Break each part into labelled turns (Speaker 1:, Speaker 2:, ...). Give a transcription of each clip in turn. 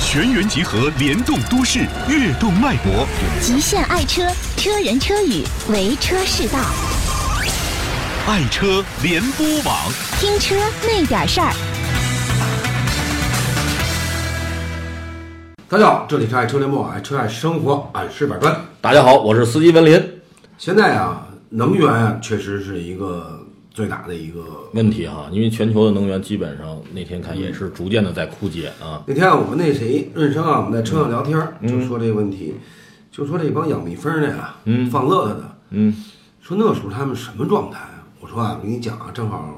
Speaker 1: 全员集合，联动都市，跃动脉搏。
Speaker 2: 极限爱车，车人车语，为车是道。
Speaker 1: 爱车联播网，
Speaker 2: 听车那点事儿。
Speaker 3: 大家好，这里是爱车联播，爱车爱生活，爱吃百川。
Speaker 4: 大家好，我是司机文林。
Speaker 3: 现在啊，能源啊，确实是一个最大的一个
Speaker 4: 问题哈、因为全球的能源基本上那天看也是逐渐的在枯竭啊。
Speaker 3: 那天我们那谁润生啊，我们在车上聊天儿，
Speaker 4: 嗯
Speaker 3: 就说这个问题，就说这帮养蜜蜂的呀，放乐呵的，
Speaker 4: 嗯，
Speaker 3: 说那时候他们什么状态啊？我说啊，我跟你讲啊，正好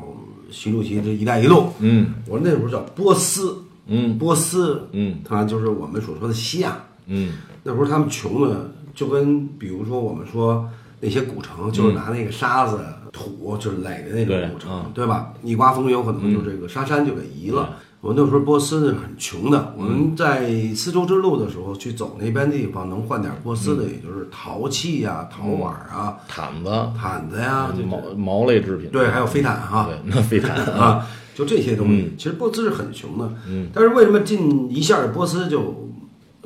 Speaker 3: 习主席这“一带一路”，
Speaker 4: 嗯，
Speaker 3: 我说那时候叫波斯，
Speaker 4: 嗯，
Speaker 3: 波斯，
Speaker 4: 嗯，
Speaker 3: 它就是我们所说的西亚，
Speaker 4: 嗯，
Speaker 3: 那时候他们穷的，就跟比如说我们说那些古城，就是拿那个沙子、土就是垒的那
Speaker 4: 嗯对
Speaker 3: 种古城，
Speaker 4: 嗯
Speaker 3: 对吧？一刮风有可能就这个沙山就给移了。我们那时候波斯是很穷的，我
Speaker 4: 嗯
Speaker 3: 们在丝绸之路的时候去走那边地方，能换点波斯的，
Speaker 4: 嗯
Speaker 3: 也就是陶器呀、陶碗啊、
Speaker 4: 毯子、
Speaker 3: 毯子呀，这
Speaker 4: 毛毛类制品，
Speaker 3: 对，还有飞毯哈、
Speaker 4: 嗯对，那非常啊，
Speaker 3: 啊，就这些东西，
Speaker 4: 嗯
Speaker 3: 其实波斯是很穷的。但是为什么近一下波斯就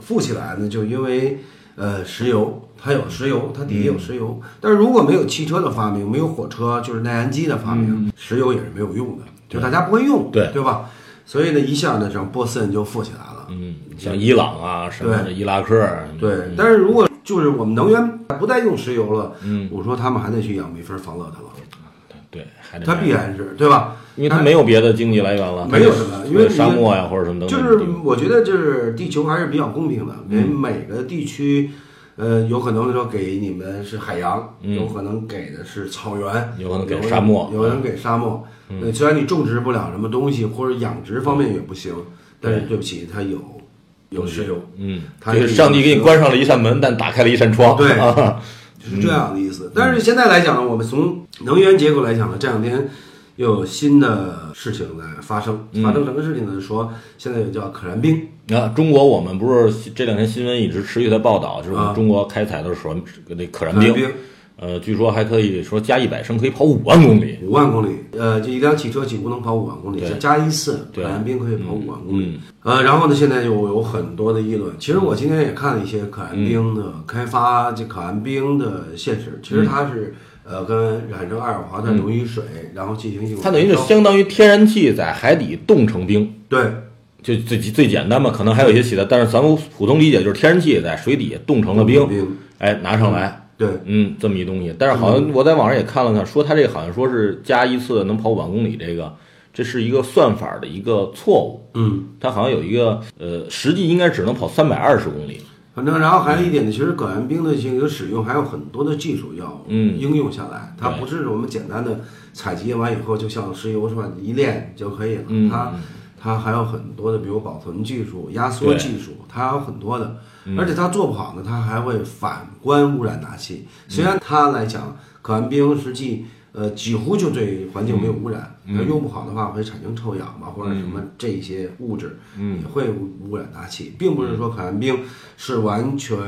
Speaker 3: 富起来呢？就因为呃，石油，它
Speaker 4: 嗯
Speaker 3: 有石油，它底下有石油。但是如果没有汽车的发明，没有火车，就是内燃机的发明，石油也是没有用的，就大家不会用，
Speaker 4: 嗯对
Speaker 3: 对吧？所以呢，一下呢，让波斯人就富起来了。
Speaker 4: 嗯，像伊朗啊什么的，
Speaker 3: 对
Speaker 4: 伊拉克，啊
Speaker 3: 对，但是如果就是我们能源不再用石油了，我说他们还得去养蜜蜂、防乐它了，
Speaker 4: 对，还得
Speaker 3: 它必，然是对吧？
Speaker 4: 因为它没有别的经济来源了，
Speaker 3: 没有什么因为
Speaker 4: 对沙漠呀或者什么等
Speaker 3: 就
Speaker 4: 等，
Speaker 3: 是我觉得，就是地球还是比较公平的，给
Speaker 4: 嗯
Speaker 3: 每个地区，呃，有可能说给你们是海洋，有可能给的是草原，
Speaker 4: 嗯有可能给沙漠嗯
Speaker 3: 有人给沙漠。呃，虽然你种植不了什么东西，或者养殖方面也不行，但是对不起，它有有石油，
Speaker 4: 嗯，
Speaker 3: 它
Speaker 4: 就是上帝给你关上了一扇门，但打开了一扇窗，
Speaker 3: 对
Speaker 4: 啊，
Speaker 3: 是这样的意
Speaker 4: 嗯
Speaker 3: 思。但是现在来讲呢，我们从能源结构来讲呢，这两天又有新的事情在发生，
Speaker 4: 嗯
Speaker 3: 发生什么事情呢？说现在有叫可燃冰，
Speaker 4: 啊，中国我们不是这两天新闻一直持续在报道，就是我
Speaker 3: 啊
Speaker 4: 们中国开采的是什么那可燃
Speaker 3: 可燃冰。
Speaker 4: 呃，据说还可以说加一百升可以跑五万公里。
Speaker 3: 五万公里，呃，这一辆汽车几乎能跑五万公里，
Speaker 4: 嗯对
Speaker 3: 再加一次，
Speaker 4: 对
Speaker 3: 燃冰可以跑五万公里
Speaker 4: 嗯。
Speaker 3: 呃，然后呢，现在有有很多的议论。其实我今天也看了一些可燃
Speaker 4: 嗯
Speaker 3: 冰的开发，这可燃冰的现实，其实它
Speaker 4: 嗯
Speaker 3: 是呃跟染成二氧化碳溶于水，然后进行一种
Speaker 4: 它等于就
Speaker 3: 燃烧
Speaker 4: 相当于天然气在海底冻成冰，
Speaker 3: 对
Speaker 4: 就最最简单嘛，可能还有一些其他，但是咱们普通理解就是天然气在水底下冻成了
Speaker 3: 冻成冰
Speaker 4: 哎，拿上来，
Speaker 3: 对
Speaker 4: 嗯，这么一东西。但是好像我在网上也看了看，说它这个好像说是加一次能跑五万公里，这个这是一个算法的一个错误，
Speaker 3: 嗯，
Speaker 4: 它好像有一个呃，实际应该只能跑三百二十公里，
Speaker 3: 反正然后还有一点呢，其实可燃冰的这个使用还有很多的技术要
Speaker 4: 嗯
Speaker 3: 应用下来，它
Speaker 4: 对
Speaker 3: 不是我们简单的采集完以后就像石油是吧，一炼就可以了，
Speaker 4: 嗯
Speaker 3: 它它还有很多的，比如保存技术、压缩
Speaker 4: 对嗯
Speaker 3: 技术，它还有很多的，而且它做不好呢，它还会反观污染大气。虽
Speaker 4: 嗯
Speaker 3: 然它来讲，可燃冰实际。呃，几乎就对环境没有污染。
Speaker 4: 嗯
Speaker 3: 它用不好的话，会产生臭氧嘛，或者什么这些物质，
Speaker 4: 嗯
Speaker 3: 也会污染大气，并不是说可燃冰是完全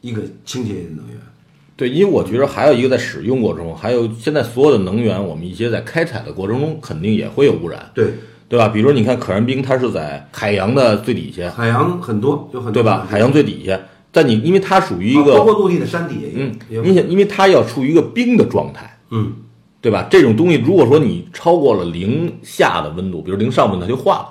Speaker 3: 一个清洁能源。
Speaker 4: 对，因为我觉得还有一个在使用过程中，还有现在所有的能源，我们一些在开采的过程中肯定也会有污染，
Speaker 3: 对，
Speaker 4: 对吧？比如你看可燃冰，它是在海洋的最底下，
Speaker 3: 海洋很多，有很多
Speaker 4: 对吧？海洋最底下，但你因为它属于一
Speaker 3: 嗯啊包括
Speaker 4: 个，
Speaker 3: 陆地的山底也有。
Speaker 4: 嗯，
Speaker 3: 也有
Speaker 4: 你想，因为它要处于一个冰的状态，
Speaker 3: 嗯，
Speaker 4: 对吧？这种东西如果说你超过了零下的温度，比如零上温，它就化了。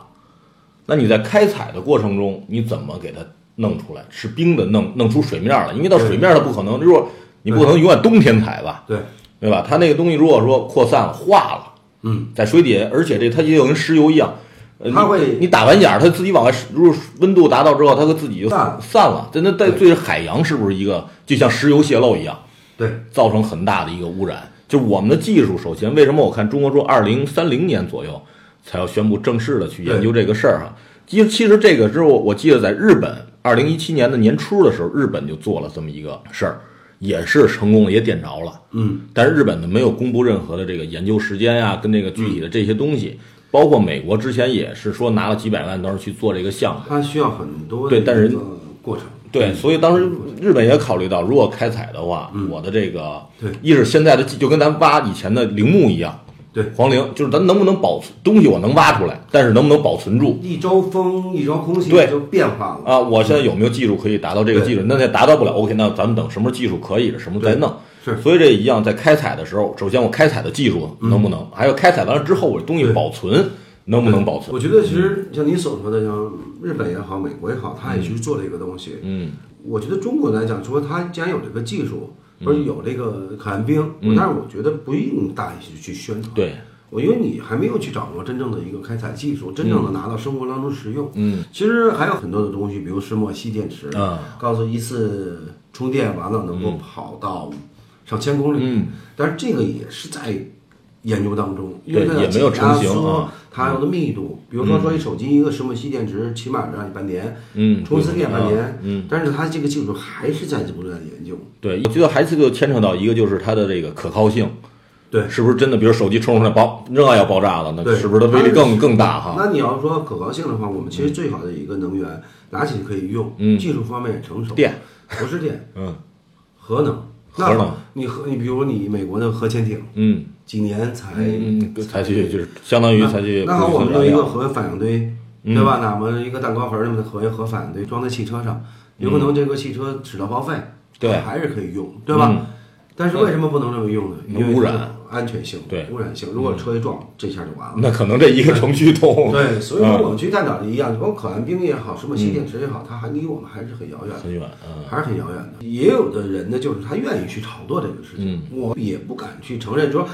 Speaker 4: 那你在开采的过程中，你怎么给它弄出来？是冰的弄弄出水面来，因为到水面它不可能，如果你不可能永远冬天采吧？
Speaker 3: 对，
Speaker 4: 对吧？它那个东西如果说扩散了、化了，
Speaker 3: 嗯，
Speaker 4: 在水底下，而且这它也有跟石油一样，呃、
Speaker 3: 它
Speaker 4: 你
Speaker 3: 会
Speaker 4: 你打完眼儿，它自己往外，如果温度达到之后，它会自己就
Speaker 3: 散了
Speaker 4: 散了。真的在
Speaker 3: 对
Speaker 4: 对海洋是不是一个就像石油泄漏一样，
Speaker 3: 对，
Speaker 4: 造成很大的一个污染？就是我们的技术，首先为什么我看中国说二零三零年左右才要宣布正式的去研究这个事儿哈？其实其实这个之后，我记得在日本二零一七年的年初的时候，日本就做了这么一个事儿，也是成功了，也点着了。
Speaker 3: 嗯，
Speaker 4: 但是日本呢没有公布任何的这个研究时间啊，跟这个具体的这些东西，包括美国之前也是说拿了几百万当时去做这个项目，
Speaker 3: 它需要很多
Speaker 4: 对但是
Speaker 3: 一个过程。
Speaker 4: 对，所以当时日本也考虑到，如果开采的话，我的这个
Speaker 3: 嗯对
Speaker 4: 一是现在的技就跟咱挖以前的陵墓一样，
Speaker 3: 对
Speaker 4: 黄陵就是咱能不能保存东西，我能挖出来，但是能不能保存住
Speaker 3: 一招风，一招空气
Speaker 4: 对
Speaker 3: 就变化了。
Speaker 4: 啊？我现在有没有技术可以达到这个技术？那也达到不了，OK，那咱们等什么技术可以了，什么再弄。
Speaker 3: 对是
Speaker 4: 所以这一样，在开采的时候，首先我开采的技术能不能，还有开采完了之后我东西
Speaker 3: 对
Speaker 4: 保存能不能保存？
Speaker 3: 我觉得其实像你所说的，像日本也好，美国也好，他也去做这个东西。
Speaker 4: 嗯，
Speaker 3: 我觉得中国来讲，说他既然有这个技术，或者有这个可燃冰，
Speaker 4: 嗯
Speaker 3: 但是我觉得不用大力去去宣传。
Speaker 4: 对，
Speaker 3: 我因为你还没有去掌握真正的一个开采技术，真正的拿到生活当中实用。
Speaker 4: 嗯，
Speaker 3: 其实还有很多的东西，比如石墨烯电池，
Speaker 4: 啊
Speaker 3: 告诉一次充电完了能够跑到上千公里，
Speaker 4: 嗯
Speaker 3: 但是这个也是在研究当中，因为
Speaker 4: 对
Speaker 3: 它
Speaker 4: 也没有
Speaker 3: 解压
Speaker 4: 成型
Speaker 3: 缩
Speaker 4: 啊
Speaker 3: 它有的密度，比如说说一手机一个石墨烯电池，起码让你半年，
Speaker 4: 嗯
Speaker 3: 充一次电半
Speaker 4: 啊
Speaker 3: 年，
Speaker 4: 嗯，
Speaker 3: 但是它这个技术还是在不断研究，
Speaker 4: 对，我觉得还是就牵扯到一个就是它的这个可靠性，
Speaker 3: 对，
Speaker 4: 是不是真的？比如手机冲出来爆，热要爆炸了，那
Speaker 3: 对
Speaker 4: 是不是它威力更更大哈？
Speaker 3: 那你要说可靠性的话，我们其实最好的一个能源拿起可以用，
Speaker 4: 嗯
Speaker 3: 技术方面也成熟。
Speaker 4: 电
Speaker 3: 不是电，
Speaker 4: 嗯
Speaker 3: 核能。
Speaker 4: 核能
Speaker 3: 那你核你比如你美国的核潜艇，
Speaker 4: 嗯
Speaker 3: 几年才
Speaker 4: 嗯，采取就是相当于采取
Speaker 3: 那好，
Speaker 4: 不
Speaker 3: 我
Speaker 4: 是
Speaker 3: 们
Speaker 4: 燃
Speaker 3: 弄一
Speaker 4: 料
Speaker 3: 个核反应堆，
Speaker 4: 嗯
Speaker 3: 对吧？那我们一个蛋糕盒儿那么的核核反应堆装在汽车上，有可能这个汽车齿轮报废，
Speaker 4: 嗯对
Speaker 3: 它还是可以用，对吧？
Speaker 4: 嗯
Speaker 3: 但是为什么不能这么用呢？
Speaker 4: 嗯
Speaker 3: 因为
Speaker 4: 污染、
Speaker 3: 安全性、
Speaker 4: 对嗯
Speaker 3: 污染性。如果车一撞，这下就完了。
Speaker 4: 那可能这一个程序通
Speaker 3: 对，所以
Speaker 4: 嗯
Speaker 3: 说我们去探讨的一样，包括可燃冰也好，石墨烯电池也好，它还离我们还是很遥远的，
Speaker 4: 很远，嗯
Speaker 3: 还是很遥远的。也有的人呢，就是他愿意去炒作这个事
Speaker 4: 嗯
Speaker 3: 情，我也不敢去承认说，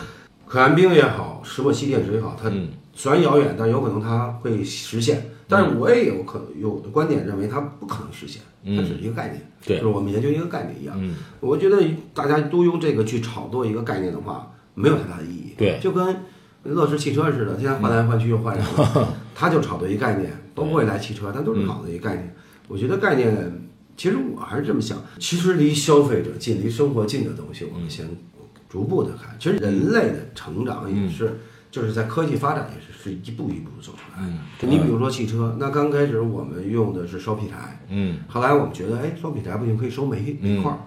Speaker 3: 可燃冰也好，石墨烯电池也好，它
Speaker 4: 嗯
Speaker 3: 虽然遥远，但有可能它会实现。但是我也有可有的观点认为它不可能实现，它只是一个概念，
Speaker 4: 嗯对
Speaker 3: 就是我们研究一个概念一样。
Speaker 4: 嗯
Speaker 3: 我觉得大家都用这个去炒作一个概念的话，没有太大的意义。
Speaker 4: 对
Speaker 3: 就跟乐视汽车似的，现在换来换去又换人，他就炒作一概念，包括未来汽车，它都是炒作一概念。我觉得概念，其实我还是这么想，其实离消费者近、离生活近的东西，我们先逐步的看。其实人类的成长也是。就是在科技发展也是是一步一步走出来的。就你比如说汽车，那刚开始我们用的是烧劈柴，
Speaker 4: 嗯，
Speaker 3: 后来我们觉得，哎，烧劈柴不行，可以烧煤煤块儿，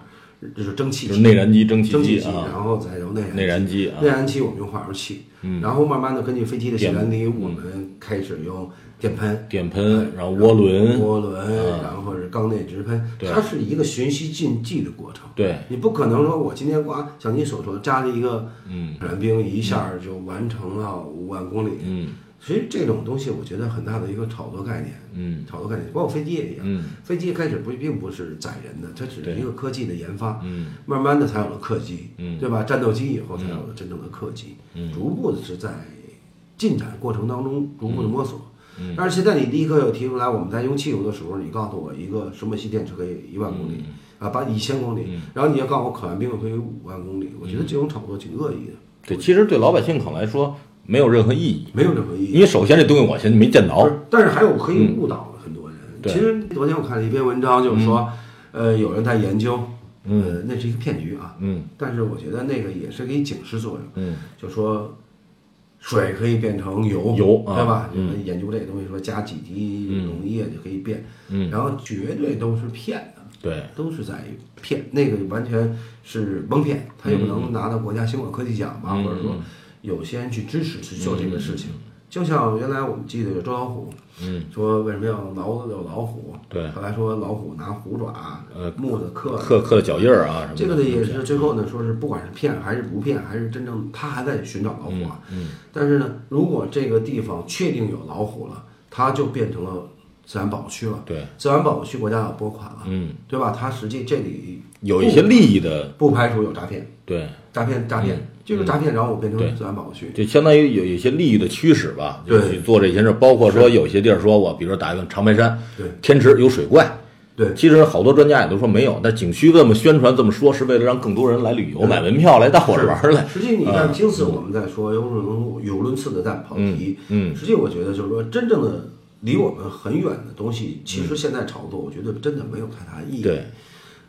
Speaker 3: 就是蒸汽
Speaker 4: 就
Speaker 3: 机
Speaker 4: 是内燃机、蒸汽
Speaker 3: 蒸
Speaker 4: 机
Speaker 3: 机，
Speaker 4: 啊，
Speaker 3: 然后再由内燃
Speaker 4: 内燃机啊嗯
Speaker 3: 内燃气我们用化油器，然后慢慢的根据飞机的起源地，我们开始用电喷、
Speaker 4: 电喷，然后涡轮，
Speaker 3: 涡轮，然后是缸内直喷，
Speaker 4: 对
Speaker 3: 它是一个循序渐进的过程。
Speaker 4: 对，
Speaker 3: 你不可能说我今天刮，像你所说加了一个可燃冰，一下儿就完成了五万公里。
Speaker 4: 嗯
Speaker 3: 其实这种东西，我觉得很大的一个炒作概念，
Speaker 4: 嗯
Speaker 3: 炒作概念，包括飞机也一样。
Speaker 4: 嗯
Speaker 3: 飞机开始不并不是载人的，它只
Speaker 4: 对
Speaker 3: 是一个科技的研发，
Speaker 4: 嗯
Speaker 3: 慢慢的才有了客机，
Speaker 4: 嗯
Speaker 3: 对吧？战斗机以后才有了真正的客机，
Speaker 4: 嗯
Speaker 3: 逐步的是在进展过程当中逐
Speaker 4: 嗯
Speaker 3: 步的摸索。但是现在你立刻又提出来，我们在用汽油的时候，你告诉我一个石墨烯电池可以一万公
Speaker 4: 嗯
Speaker 3: 里、啊，把一千公里，然后你要告诉我可燃冰可以五万公里，我
Speaker 4: 嗯
Speaker 3: 觉得这种炒作挺恶意的，
Speaker 4: 对，其实对老百姓可能来说没有任何意义，
Speaker 3: 没有任何意义。
Speaker 4: 因为首先这东西我现在没见
Speaker 3: 不
Speaker 4: 着
Speaker 3: 是，，但是还有可以误导很多人。
Speaker 4: 嗯对
Speaker 3: 其实昨天我看了一篇文章，就是说，呃，有人在研究，呃，那是一个骗局啊。
Speaker 4: 嗯
Speaker 3: 但是我觉得那个也是给警示作用，
Speaker 4: 嗯
Speaker 3: 就说水可以变成油，
Speaker 4: 油啊
Speaker 3: 对吧？
Speaker 4: 嗯
Speaker 3: 有人研究这个东西说加几滴溶液就可以变，
Speaker 4: 嗯
Speaker 3: 然后绝对都是骗的。
Speaker 4: 对，
Speaker 3: 都是在骗，那个完全是蒙骗，他也不能拿到国家新广科技奖吧，
Speaker 4: 嗯
Speaker 3: 或者说有些人去支持去做这个事情。就像原来我们记得有周老虎，
Speaker 4: 嗯，
Speaker 3: 说为什么要老有老虎？
Speaker 4: 对
Speaker 3: 后来说老虎拿虎爪、
Speaker 4: 呃
Speaker 3: 木的刻
Speaker 4: 刻刻的脚印儿啊什么的，
Speaker 3: 这个呢也是最后呢，说是不管是骗还是不骗，还是真正他还在寻找老虎啊。
Speaker 4: 嗯嗯
Speaker 3: 但是呢，如果这个地方确定有老虎了，它就变成了自然保护区了。
Speaker 4: 对，
Speaker 3: 自然保护区国家要拨款了，
Speaker 4: 嗯，
Speaker 3: 对吧？它实际这里
Speaker 4: 有一些利益的，
Speaker 3: 不排除有诈骗，
Speaker 4: 对，
Speaker 3: 诈骗诈骗就是诈骗，然后我变
Speaker 4: 嗯对
Speaker 3: 成自然保护区。
Speaker 4: 就相当于有一些利益的驱使吧，就
Speaker 3: 对
Speaker 4: 去做这些事儿，包括说有些地儿说我，比如说打一个长白山，
Speaker 3: 对
Speaker 4: 天池有水怪，
Speaker 3: 对，
Speaker 4: 其实好多专家也都说没有，但景区这么宣传这么说，是为了让更多人来旅游、买门票来到我这玩儿来。
Speaker 3: 实际你
Speaker 4: 呃
Speaker 3: 看，今次我们在说游轮游轮次的在跑题，
Speaker 4: 嗯嗯
Speaker 3: 实际我觉得就是说，真正的离我们很远的东西，其实现在炒作，我觉得真的没有太大意义。
Speaker 4: 嗯对，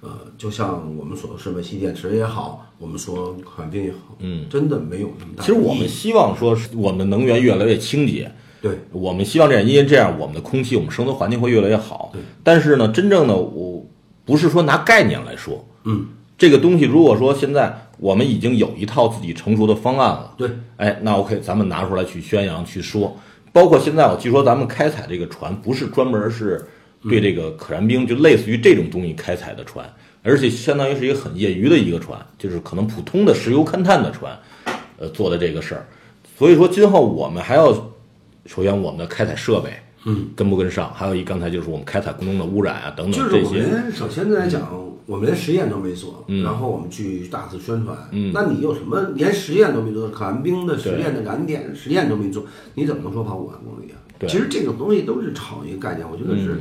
Speaker 3: 呃，就像我们所说的吸电池也好，我们说可燃冰也好，
Speaker 4: 嗯，
Speaker 3: 真的没有那么大
Speaker 4: 其
Speaker 3: 的
Speaker 4: 实我
Speaker 3: 意
Speaker 4: 们
Speaker 3: 义
Speaker 4: 希望说是我们的能源越来越清洁，
Speaker 3: 对
Speaker 4: 我们希望这样，因为这样我们的空气、我们生活环境会越来越好
Speaker 3: 对。
Speaker 4: 但是呢，真正的我不是说拿概念来说，
Speaker 3: 嗯，
Speaker 4: 这个东西如果说现在我们已经有一套自己成熟的方案了。
Speaker 3: 对，
Speaker 4: 哎，那 OK，咱们拿出来去宣扬去说。包括现在我据说咱们开采这个船，不是专门是对这个可燃冰，就类似于这种东西开采的船，而且相当于是一个很业余的一个船，就是可能普通的石油勘探的船，呃，做的这个事儿。所以说，今后我们还要，首先我们的开采设备，嗯，跟不跟上？还有一刚才就是我们开采过程中的污染啊等
Speaker 3: 就
Speaker 4: 等
Speaker 3: 是
Speaker 4: 这
Speaker 3: 我
Speaker 4: 些，嗯
Speaker 3: 们首先来讲，我们连实验都没做，然后我们去大肆宣传。
Speaker 4: 嗯
Speaker 3: 那你有什么连实验都没做？可燃冰的实验的燃点实验都没做，你怎么能说跑五万公里啊？
Speaker 4: 对嗯
Speaker 3: 其实这种东西都是炒一个概念，我觉得是，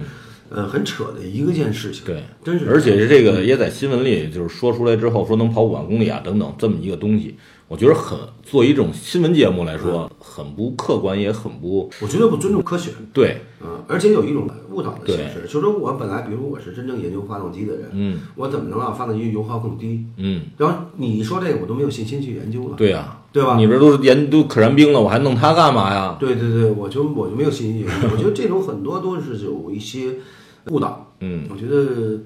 Speaker 3: 呃，很扯的一个件事情。
Speaker 4: 对，
Speaker 3: 真是。
Speaker 4: 而且是这个也在新闻里就是说出来之后，说能跑五万公里啊等等这么一个东西，我觉得很作为一种新闻节目来
Speaker 3: 嗯
Speaker 4: 说，很不客观，也很不
Speaker 3: 我绝对不尊重科学。
Speaker 4: 对，
Speaker 3: 嗯，而且有一种误导的
Speaker 4: 对
Speaker 3: 形式，就是说我本来，比如我是真正研究发动机的人，
Speaker 4: 嗯，
Speaker 3: 我怎么能让发动机油耗更低？
Speaker 4: 嗯，
Speaker 3: 然后你说这个，我都没有信心去研究了。
Speaker 4: 对啊，
Speaker 3: 对吧
Speaker 4: 你这都是研究可燃冰了，我还弄它干嘛呀？
Speaker 3: 对对对，我就我就没有信心去研究。我觉得这种很多都是有一些误导。
Speaker 4: 嗯，
Speaker 3: 我觉得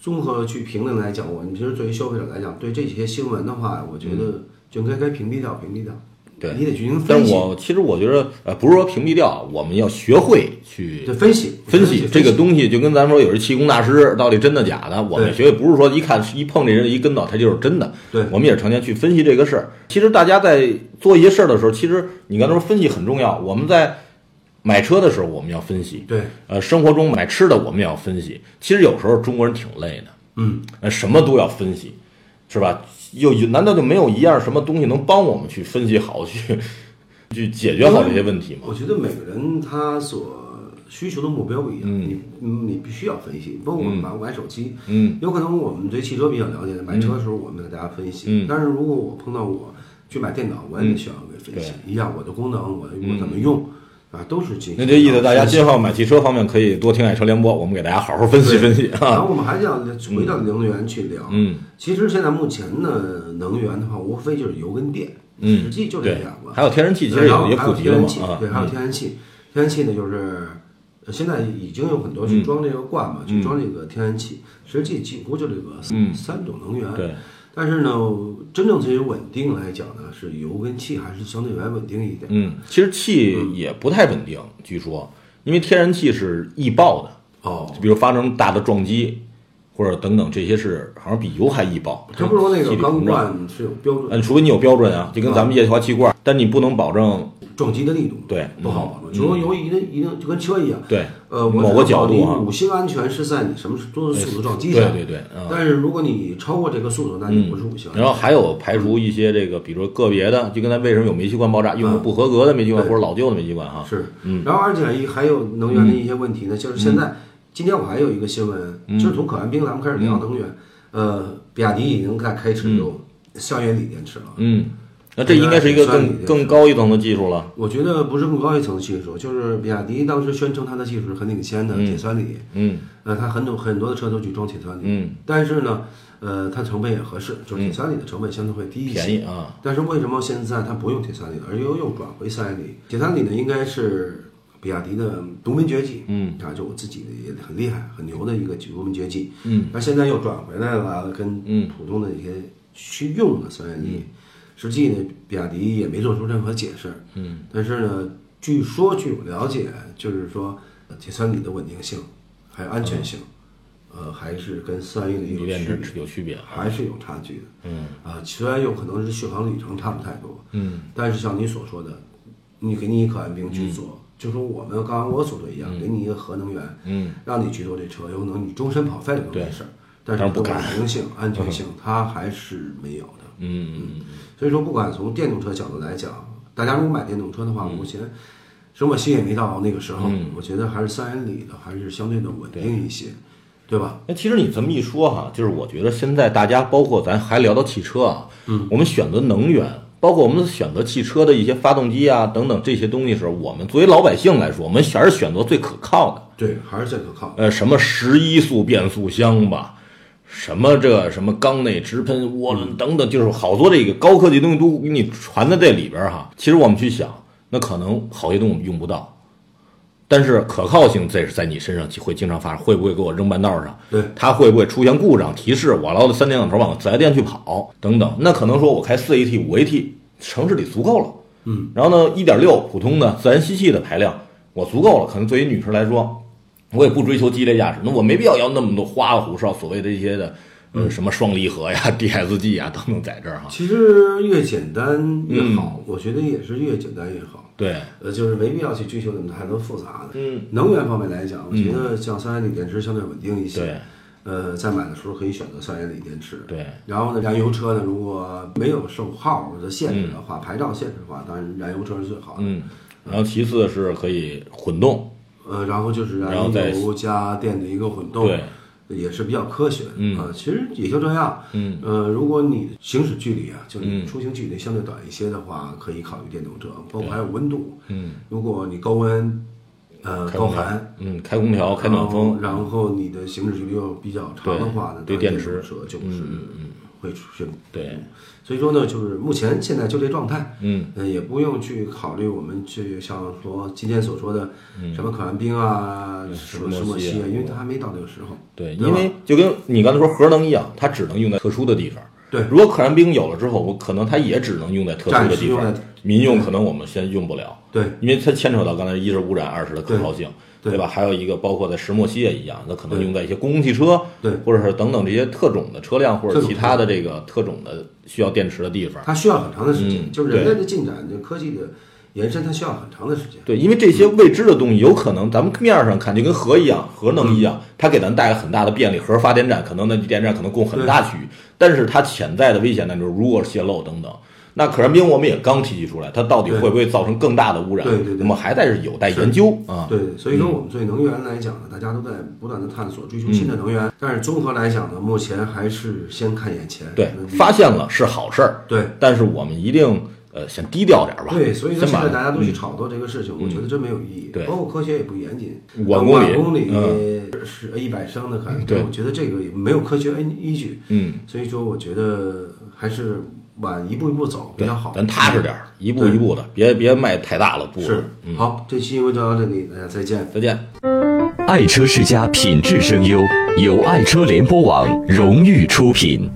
Speaker 3: 综合去评论来讲，我们其实作为消费者来讲，对这些新闻的话，我觉得就应该该屏蔽掉，屏蔽掉。
Speaker 4: 嗯对
Speaker 3: 你得进行分
Speaker 4: 但
Speaker 3: 析，
Speaker 4: 我其实我觉得，呃，不是说屏蔽掉，我们要学会去
Speaker 3: 对分析
Speaker 4: 分析这个东西，就跟咱说有人气功大师到底真的假的，我们
Speaker 3: 对
Speaker 4: 学也不是说一看一碰这人一跟头他就是真的，
Speaker 3: 对
Speaker 4: 我们也是成天去分析这个事儿。其实大家在做一些事儿的时候，其实你刚才说分析很重要，我们在买车的时候我们要分析，
Speaker 3: 对，
Speaker 4: 呃，生活中买吃的我们也要分析。其实有时候中国人挺累的，
Speaker 3: 嗯，
Speaker 4: 呃，什么都要分析，是吧？又难道就没有一样什么东西能帮我们去分析好去？去解决好这些问题吗？
Speaker 3: 我觉得每个人他所需求的目标不一样，你你必须要分析。包括我们买买手机，
Speaker 4: 嗯，
Speaker 3: 有可能我们对汽车比较了解，买车的时候我们给大家分析。
Speaker 4: 嗯
Speaker 3: 但是如果我碰到我去买电脑，我也得需要给分析、一样我的功能，我我怎么用、啊，都是进行
Speaker 4: 嗯那这意思，大家
Speaker 3: 分析
Speaker 4: 今后买汽车方面可以多听爱车联播，我们给大家好好分析分析
Speaker 3: 然
Speaker 4: 啊。
Speaker 3: 嗯后我们还想回到能源去聊。
Speaker 4: 嗯，
Speaker 3: 其实现在目前的能源的话，无非就是油跟电，
Speaker 4: 嗯
Speaker 3: 实际就这
Speaker 4: 对
Speaker 3: 两个，。
Speaker 4: 还有天然气，其实
Speaker 3: 然后
Speaker 4: 也也
Speaker 3: 还有
Speaker 4: 普及
Speaker 3: 天
Speaker 4: 了
Speaker 3: 然
Speaker 4: 嘛
Speaker 3: 气，
Speaker 4: 啊。
Speaker 3: 对，还有天然气。天然气呢，就是呃现在已经有很多
Speaker 4: 嗯
Speaker 3: 去装这个罐嘛，去装这个天然气，实际几乎就这个三三种能源。
Speaker 4: 嗯对，
Speaker 3: 但是呢，真正这些稳定来讲呢，是油跟气还是相对来稳定一点。
Speaker 4: 嗯，其实气也不太稳定，据说，因为天然气是易爆的，
Speaker 3: 哦，
Speaker 4: 比如发生大的撞击或者等等，这些是好像比油还易爆。
Speaker 3: 他不是说那
Speaker 4: 气
Speaker 3: 个
Speaker 4: 体
Speaker 3: 钢
Speaker 4: 膨胀，
Speaker 3: 罐是有标准
Speaker 4: 嗯，除非你有标准啊，就跟咱们液化气罐，但你不能保证
Speaker 3: 撞击的力度，
Speaker 4: 对
Speaker 3: 不好
Speaker 4: 嗯
Speaker 3: 保证。除了由于一定一定就跟车一样，
Speaker 4: 对
Speaker 3: 呃，我
Speaker 4: 某个角度啊哎
Speaker 3: 五星安全是在你什么多速度撞击
Speaker 4: 对
Speaker 3: 上，
Speaker 4: 对对嗯
Speaker 3: 但是如果你超过这个速度，那你不是五星安全。
Speaker 4: 然后还有排除一些这个，比如说个别的，就跟咱为什么有煤气罐爆炸，用的不合格的煤气罐
Speaker 3: 对
Speaker 4: 或者老旧的煤气罐哈。
Speaker 3: 是，
Speaker 4: 嗯
Speaker 3: 然后而且还有能源的一些问题呢，就是现在，今天我还有一个新闻，
Speaker 4: 嗯
Speaker 3: 就是从可燃冰咱们开始聊能源，呃，比亚迪已经在开始用校园锂电池了。
Speaker 4: 嗯，那这应该是一个
Speaker 3: 算你
Speaker 4: 更
Speaker 3: 这
Speaker 4: 更高一层的技术了。
Speaker 3: 我觉得不是更高一层的技术，就是比亚迪当时宣称它的技术是很领先的铁酸锂，
Speaker 4: 嗯，
Speaker 3: 呃，它很多很多的车都去装铁酸锂，
Speaker 4: 嗯，
Speaker 3: 但是呢，呃，它成本也合适，就是铁酸锂的成本相对会低一些，
Speaker 4: 便宜啊。
Speaker 3: 但是为什么现在它不用铁三锂，而又又转回三锂？铁三锂呢，应该是比亚迪的独门绝技，嗯，啊，就我自己的也很厉害、很牛的一个独门绝技，嗯，而现在又转回来了，跟普通的一些去用的三锂，实际呢，比亚迪也没做出任何解释，嗯，但是呢，据说据我了解，就是说呃铁三锂的稳定性还有安全性，呃，还是跟三锂
Speaker 4: 锂
Speaker 3: 有
Speaker 4: 电
Speaker 3: 区别
Speaker 4: 池。有区别。啊
Speaker 3: 还是有差距的。嗯啊，虽然有可能是续航里程差不太多，嗯，但是像你所说的，你给你一可燃冰去做，就说我们刚刚我所说一样，给你一个核能源，嗯，让你去做这车，有可能你终身跑废了都没事儿，但是
Speaker 4: 但是不
Speaker 3: 不
Speaker 4: 敢
Speaker 3: 稳定性、安全性，它还是没有的。嗯嗯，所以说不管从电动车角度来讲，大家如果买电动车的话，目前。什么吸引没到那个时候，我觉得还是三元里的还是嗯相对的稳定一些，对吧？
Speaker 4: 那其实你这么一说哈，就是我觉得现在大家，包括咱还聊到汽车啊，嗯，我们选择能源，包括我们选择汽车的一些发动机啊等等这些东西时候，我们作为老百姓来说，我们还是选择最可靠的。
Speaker 3: 对，还是最可靠。
Speaker 4: 呃，什么十一速变速箱吧，什么这什么缸内直喷涡轮等等，就是好多这个高科技东西都给你传在这里边儿哈。其实我们去想，那可能好些东西我们用不到，但是可靠性这是在你身上会经常发生，会不会给我扔半道上？
Speaker 3: 对
Speaker 4: 它会不会出现故障提示我老得三天两头往四 S 店去跑等等？那可能说我开四 AT 五 AT 城市里足够了，嗯，然后呢一点六普通的自然吸气的排量我足够了，可能对于女士来说，我也不追求激烈驾驶，那我没必要要那么多花里胡哨所谓的一些的。
Speaker 3: 嗯
Speaker 4: 呃，什么双离合呀、DSG 呀等等，在这儿哈，
Speaker 3: 其实越简单越
Speaker 4: 嗯
Speaker 3: 好，我觉得也是越简单越好。
Speaker 4: 对，
Speaker 3: 呃，就是没必要去追求那么太多复杂的。
Speaker 4: 嗯，
Speaker 3: 能源方面来讲，我觉得像三元锂电池相对稳定一些。
Speaker 4: 对，
Speaker 3: 呃，在买的时候可以选择三元锂电池。
Speaker 4: 对
Speaker 3: 然后呢，燃油车呢，如果没有售号的限制的话，牌照限制的话，当然燃油车是最好的。
Speaker 4: 嗯，然后其次是可以混动，
Speaker 3: 呃，然后就是燃
Speaker 4: 然后再
Speaker 3: 油加电的一个混动，
Speaker 4: 对，
Speaker 3: 也是比较科学。嗯、其实也就这样。
Speaker 4: 嗯，
Speaker 3: 呃，如果你行驶距离啊，就是你出行距离相对短一些的话，可以考虑电动车，包括还有温度。
Speaker 4: 嗯，
Speaker 3: 如果你高温，呃，
Speaker 4: 开
Speaker 3: 高
Speaker 4: 空调
Speaker 3: 寒。，
Speaker 4: 嗯，开空调，开暖风，
Speaker 3: 哦然后，然后你的行驶距离又比较长的话呢，那
Speaker 4: 对对
Speaker 3: 电
Speaker 4: 电池嗯
Speaker 3: 动车就是会出现。
Speaker 4: 对，
Speaker 3: 所以说呢，就是目前现在就这状态，
Speaker 4: 嗯，
Speaker 3: 呃，也不用去考虑我们去像说今天所说的什么可燃冰啊，什么
Speaker 4: 石
Speaker 3: 石
Speaker 4: 墨
Speaker 3: 墨
Speaker 4: 烯啊
Speaker 3: 烯啊，因为它还没到那个时候。
Speaker 4: 对，
Speaker 3: 对
Speaker 4: 因
Speaker 3: 吧
Speaker 4: 为就跟你刚才说核能一样，它只能用在特殊的地方。
Speaker 3: 对
Speaker 4: 如果可燃冰有了之后，我可能它也只能用在特殊的
Speaker 3: 暂时
Speaker 4: 地
Speaker 3: 用
Speaker 4: 方
Speaker 3: 在，
Speaker 4: 民用可能我们先用不了，
Speaker 3: 对
Speaker 4: 因为它牵扯到刚才一是污染，二是的可
Speaker 3: 对
Speaker 4: 靠性，
Speaker 3: 对
Speaker 4: 吧？还有一个包括在石墨烯也一样，那可能
Speaker 3: 对
Speaker 4: 用在一些公共汽车，
Speaker 3: 对
Speaker 4: 或者是等等这些特种的车辆或者
Speaker 3: 特种
Speaker 4: 其他的这个特种的需要电池的地方。
Speaker 3: 它需要很长的时
Speaker 4: 嗯
Speaker 3: 间，就是人类的进展，这科技的延伸，它需要很长的时间。
Speaker 4: 对，因为这些未知的东西，有可能咱们面儿上看就跟核一样，核能一样，
Speaker 3: 嗯
Speaker 4: 它给咱带来很大的便利。核发电站可能那电站可能供很大区域，但是它潜在的危险呢，就是如果泄漏等等。那可燃冰我们也刚提取出来，它到底
Speaker 3: 对
Speaker 4: 会不会造成更大的污染？
Speaker 3: 对对对
Speaker 4: 我们还在是有待研究啊。
Speaker 3: 对，所以说我们对能源来讲呢，大家都在不断的探索，追求新
Speaker 4: 嗯
Speaker 3: 的能源。但是综合来讲呢，目前还是先看眼前。
Speaker 4: 对
Speaker 3: 嗯，
Speaker 4: 发现了是好事儿，
Speaker 3: 对
Speaker 4: 但是我们一定呃先低调点儿吧。
Speaker 3: 对，所以说
Speaker 4: 先
Speaker 3: 现
Speaker 4: 把
Speaker 3: 在大家都去炒作这个事情，我觉得真没有意义。
Speaker 4: 嗯对
Speaker 3: 包括科学也不严谨，
Speaker 4: 五万
Speaker 3: 万
Speaker 4: 公里
Speaker 3: 公里
Speaker 4: 嗯
Speaker 3: 是一百升的可能，
Speaker 4: 对
Speaker 3: 我觉得这个也没有科学依依据。
Speaker 4: 嗯，
Speaker 3: 所以说我觉得还是往一步一步走比
Speaker 4: 对
Speaker 3: 较好，
Speaker 4: 咱踏实点儿，一步
Speaker 3: 对
Speaker 4: 一步的，别别迈太大了步。嗯
Speaker 3: 是，好，这期就到这里，大家再见。
Speaker 4: 再见。
Speaker 1: 爱车世家品质声优，由爱车联播网荣誉出品。